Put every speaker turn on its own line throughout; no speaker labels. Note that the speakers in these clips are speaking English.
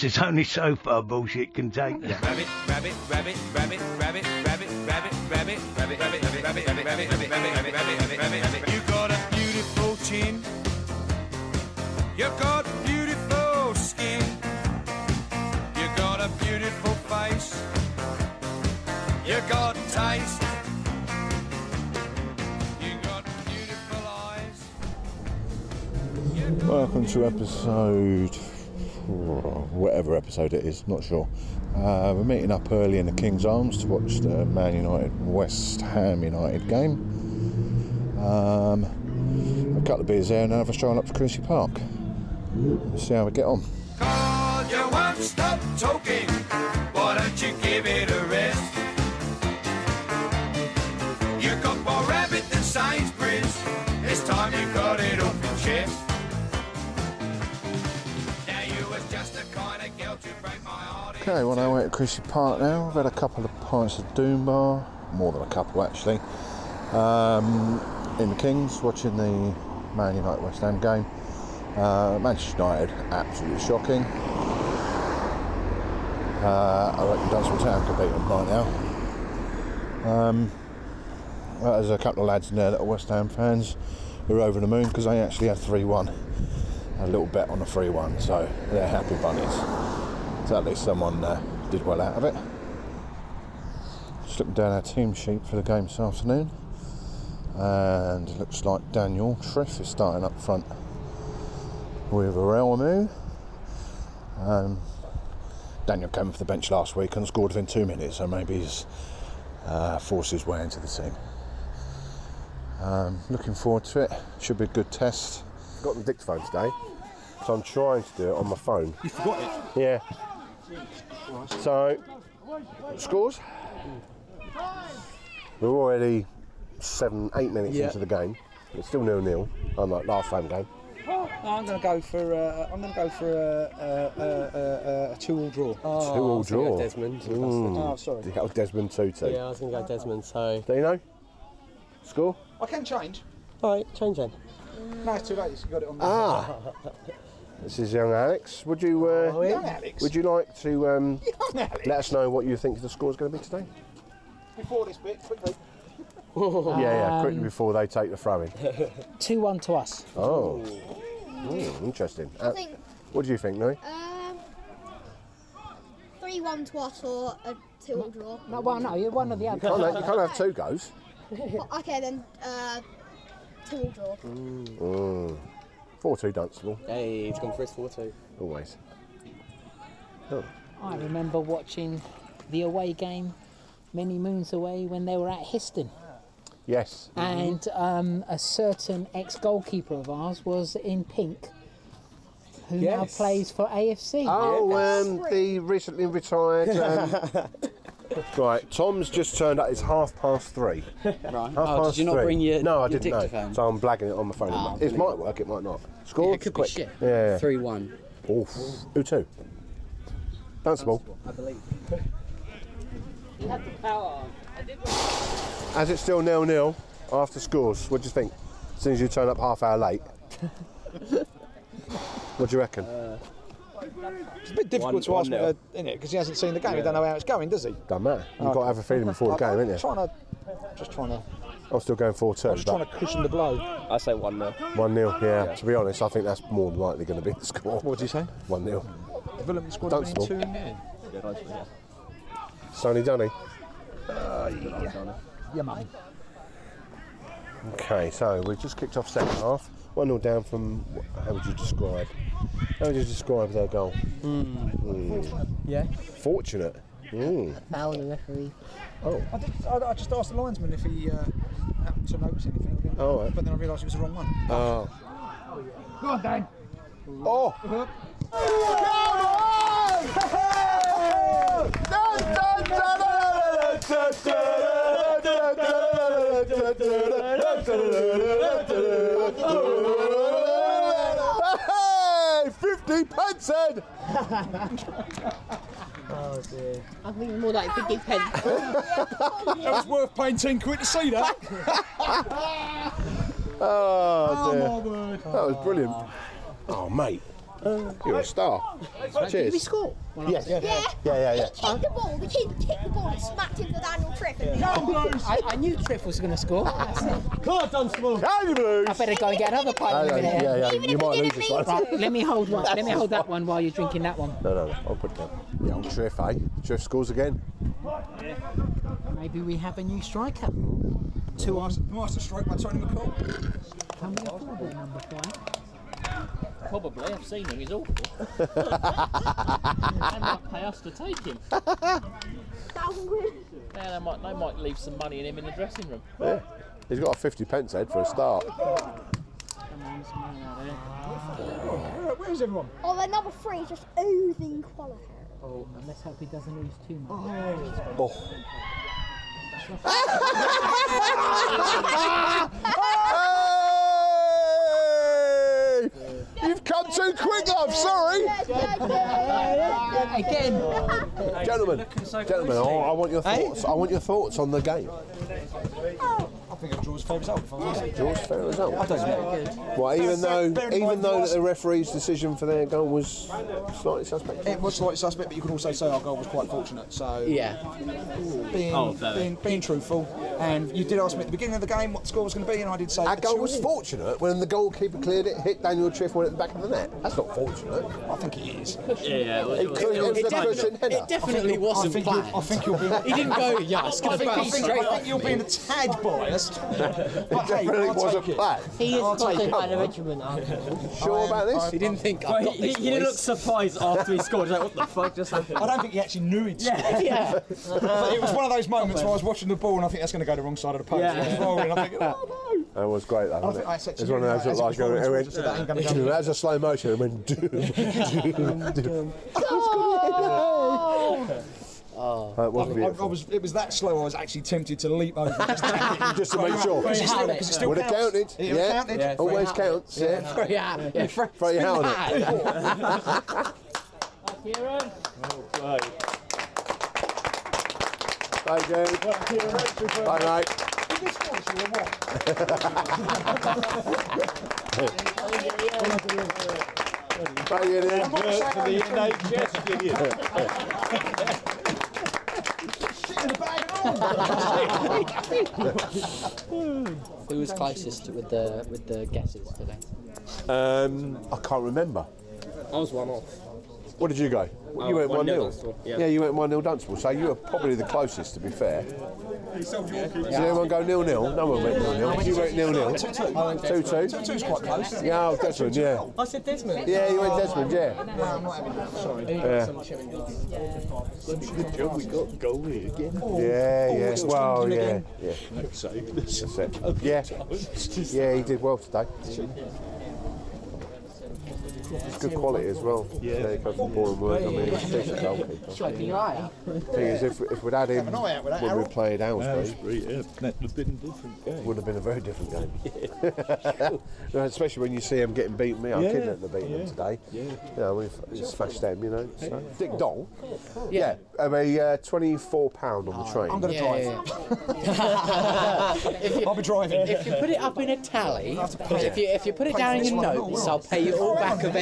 There's only so far bullshit can take them.
Rabbit, rabbit, rabbit, rabbit, rabbit, rabbit, rabbit, rabbit, rabbit, rabbit, rabbit, rabbit, rabbit, rabbit, rabbit, rabbit, rabbit, rabbit, rabbit. You got a beautiful chin. You got beautiful skin. You got a beautiful face. You got taste. You got beautiful eyes.
Welcome to episode, whatever episode it is, not sure. Uh, we're meeting up early in the King's Arms to watch the Man United West Ham United game. Um, a couple of beers there and have a stroll up to Crucy Park. See how we get on.
Call you won't stop talking. Why don't you give it a rest? You got more rabbit than Sainsbury's. It's time you got it off your chest. Now you was just the kind of girl to break my heart. in
Okay, well, our way to Chrissy Park now. We've had a couple of pints of Doombar, more than a couple actually. Um, in the Kings, watching the Man United West Ham game. Uh, Manchester United, absolutely shocking. Uh, I reckon Dunstable Town could beat them right now. Um, well, there's a couple of lads in there that are West Ham fans who are over the moon because they actually had 3 1. A little bet on a 3 1, so they're happy bunnies. So at least someone uh, did well out of it. Just looking down our team sheet for the game this afternoon. And it looks like Daniel Treff is starting up front with Realmu. Um, Daniel came off the bench last week and scored within two minutes, so maybe he's uh, forced his way into the team. Um, looking forward to it. Should be a good test.
got the dictaphone today, so I'm trying to do it on my phone. You forgot it? Yeah. So, scores. We're already seven, eight minutes
Yeah.
into the game. It's still nil nil, unlike last home game.
I'm going to go for uh, I'm going to go for a, a, a, a, a two-all draw.
Two all
Oh, I was gonna
draw.
go Desmond.
Oh, sorry.
The old Desmond 2 2.
Yeah, I was going to go Desmond. So,
Do you know? Score?
I can change.
all right, change then.
No, it's too late. You got it on.
Ah! this is young Alex. Would you uh,
Oh, yeah.
Young Alex.
would you like to um,
Young Alex.
let us know what you think the score's going to be today?
Before this bit, quickly.
Oh.
yeah, yeah,
Um,
quickly before they take the throw in.
Two one to us.
Oh. Mm, interesting. Uh,
I think
what do you think, Louis?
um, three one to us or a two all draw.
No, well, no, you're one or the
Can't
other.
have, Oh, you can't have two goes.
Well, okay then, uh, two all draw.
4 2 Dunstable,
Hey, he's gone for his 4 2.
always.
I remember watching the away game many moons away when they were at Histon,
Yes.
and um, a certain ex-goalkeeper of ours was in pink, who now
Yes.
plays for AFC.
Oh, um, the recently retired. Um, right, Tom's just turned up. It's half past three.
Right.
Half
Oh, did
past
you not
three.
bring your-
No, I
your
didn't know.
dictaphone? Ah,
So I'm blagging it on my phone. it might- it might work, it might not. Score?
It could
quick.
be shit.
Yeah.
3 1.
Oof. Who to? Dunstable.
I believe.
As it's still nil nil after scores, what do you think? As soon as you turn up half hour late. what do you reckon?
It's a bit difficult
One-
to ask,
one nil.
what in it, because he hasn't seen the game. He don't know how it's going, does he?
Don't matter. You've got to have a feeling before the
I-
game,
I'm
ain't you?
Trying to, just trying to,
I'm still going 4 2.
I'm just trying to cushion the blow.
I say 1 0.
1 0, yeah. To be honest, I think that's more than likely going to be the score.
What did you say?
1 0.
Development squad
Don't
winning
stall.
two nil. Uh,
Sonny Dunny.
Yeah, mate.
Okay, so we've just kicked off second half. 1 0 down from. How would you describe? How would you describe their goal?
Hmm.
Hmm.
Yeah.
Fortunate. Mm.
Foul the referee.
Oh,
I, did, I, I just asked the linesman if he uh, happened to notice anything. didn't I?
All right.
But then I realised it was the wrong one.
Oh.
Go on, Dan.
Oh! Hey! 50 pence head!
I think more like Biggie Pen.
That was worth paying 10 quid to see that.
Oh, dear.
word. uh,
That was brilliant. Oh, mate. You're a star.
Did we
Cheers.
score? Well, I
Yes.
was-
Yeah,
Yeah.
yeah, yeah.
He kicked the ball. The kid kicked the ball and smacked him with Daniel Tripp. And
I, I knew Triff was going to score. I
God, Dunstable.
Hey, you blues!
better go and get another
Oh,
pint in
yeah,
a minute.
yeah, yeah.
Even
You
if
might
he
lose
didn't
this
mean
one.
to.
Let me hold one. Let me hold that one while you're drinking that one.
No, no, no. I'll put it down. Yeah, old Triff, eh? Triff scores again.
Maybe we have a new striker. Two on.
Am I asked to strike my Tony McCall?
Can we afford it, number five?
Probably, I've seen him, he's awful. they might pay us to take him. Yeah, they, might, they might leave some money in him in the dressing room.
Yeah. He's got a 50 pence head for a start.
Where, where's everyone?
Oh, they're number three, just oozing quality.
Let's hope he doesn't lose too much.
Oh. Hey! You've come too quick, love. Sorry,
Oh,
Again,
gentlemen. Gentlemen, I, I want your thoughts. I want your thoughts on the game.
Oh,
I think I draws favourite out. If I'm honest.
Yours fair result.
I don't know.
Well, even
Bear-
though
bear in
even
mind
though
yours-
the referee's decision for their goal was slightly suspect.
It was slightly suspect, but you could also say our goal was quite fortunate. So
Yeah.
being,
Oh, fair.
being, being truthful, and you did ask me at the beginning of the game what the score was going to be, and I did say
Our
a
goal was
two-all.
fortunate when the goalkeeper cleared it, hit Daniel Triff, went at the back of the net. That's not fortunate.
I think it is.
Yeah, yeah. well,
It, cleared- it was the cushion header.
It definitely
I
wasn't
think
planned.
you'll, I think you'll be.
He didn't go, yeah, it's going to
I
bounce
think,
straight
I
off
think you're being a tad biased. but hey,
It really
I'll
was a
take it.
plan.
He is spotted by the regiment.
Sure about this?
He didn't think, I've
Well,
got
he,
this
he didn't look
voice.
surprised after he scored. He's like, what the fuck just happened?
I don't think he actually knew it. Yeah,
yeah.
but it was one of those moments where I was watching the ball and I think that's going to go the wrong side of the post.
Yeah.
And I was rolling, I think, oh no.
That was great, though.
I
Wasn't
think
it?
that's
It was
actually
one of those that like
really nice. It's a
go,
performance
it
which is that ain't gonna
went,
go.
that was a slow motion. It went, doom, doom, doom. That
I,
was
I, I
beautiful.
was, it was that slow. I was actually tempted to leap over. Just
Just to make sure.
Because it still, because it still
Would have
counts.
counted.
It
yeah.
counted. Yeah.
Always counts. Yeah.
Yeah, yeah, Fra-
Throw your hand on it.
Kieran?
Thank you. Bye, mate. Bye, Ian.
Oh,
Who was closest with the with the guesses today?
Um, I can't remember.
I was one off. Oh,
What did you go? you went 1 0. Yeah. you went 1 0 Dunstable, so you were probably the closest, to be fair. Did everyone go nil nil? No one went nil nil. You went nil nil. 2 2. 2 2
Two's quite close.
Yeah, oh, Desmond, yeah.
I said Desmond.
Yeah, you went Desmond, yeah.
Oh,
Yeah, yeah. Well, yeah. yeah. That's it. Yeah. Yeah, he did well today. It's good quality as well. Yeah. he comes from Boreham Wood. I mean, he's a decent goalkeeper.
Open your eye.
thing is, if, if we'd had him
an eye out with that
when we
arrow.
played Aylesbury,
Yeah, that would have been different
it would have been a very different game. No, Especially when you see him getting beaten. Me, our kid let them beat him today. Yeah. You know, we've smashed them, you know. So. Dick Doll. Yeah. I mean, uh, £24 on the train.
I'm going to
Yeah,
drive.
yeah, If you-
I'll be driving.
If you put it up in a tally,
pay
if you if you put it down in your notes, I'll pay you all back eventually.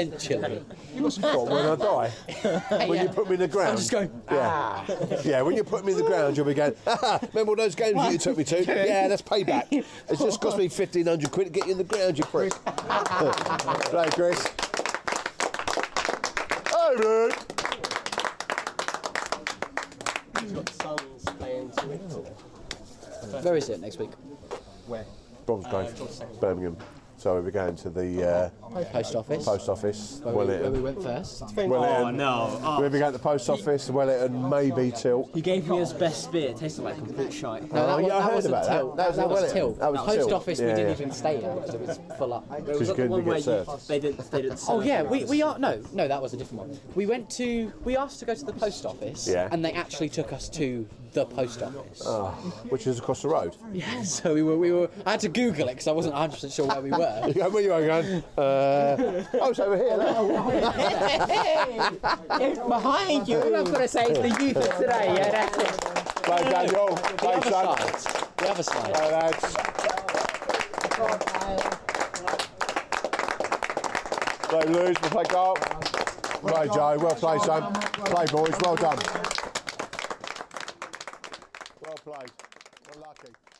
What, when I die? when you put me in the ground?
I'm just going.
Yeah. yeah, when you put me in the ground, you'll be going, ah, remember all those games that you took me to? Yeah, that's payback. It's just cost me 1500 quid to get you in the ground, you prick. right, Chris. Hey, dude.
Where is it next week?
Brom's going Birmingham. So we'll be going to the uh,
Post office.
post office,
where, we, where we
Wellington.
went first.
Oh,
Wellington.
no. Oh.
We'll be going to the post office, Wellington, maybe Tilt.
He gave me his best beer. It tasted like complete shite.
No,
Oh,
that, was,
yeah, I
that
heard
was
about
a
that.
till.
That was- that was
a till.
That was a
post
till.
office.
Yeah,
we didn't
yeah.
even stay at because it was full up.
Just
Not the
good to
one
get
where you-
served.
They didn't, they didn't
Oh
serve
yeah,
you.
we, we are no no that was a different one. We went to we asked to go to the post office
Yeah.
and they actually took us to the post office.
Which is across the road.
Yeah, so we were we were I had to Google it because I wasn't 100 percent sure where we were.
Yeah, where you are going? Uh, oh, it's over here. look.
Behind you. All I've got to say is the youth of today. Yeah, that's it.
Bye, Daniel.
The
Bye,
other
son.
side. The other side.
Bye, lads. They lose, we play goal. Right, Joe, well played, son. Play, boys, well done. Well played. Well lucky.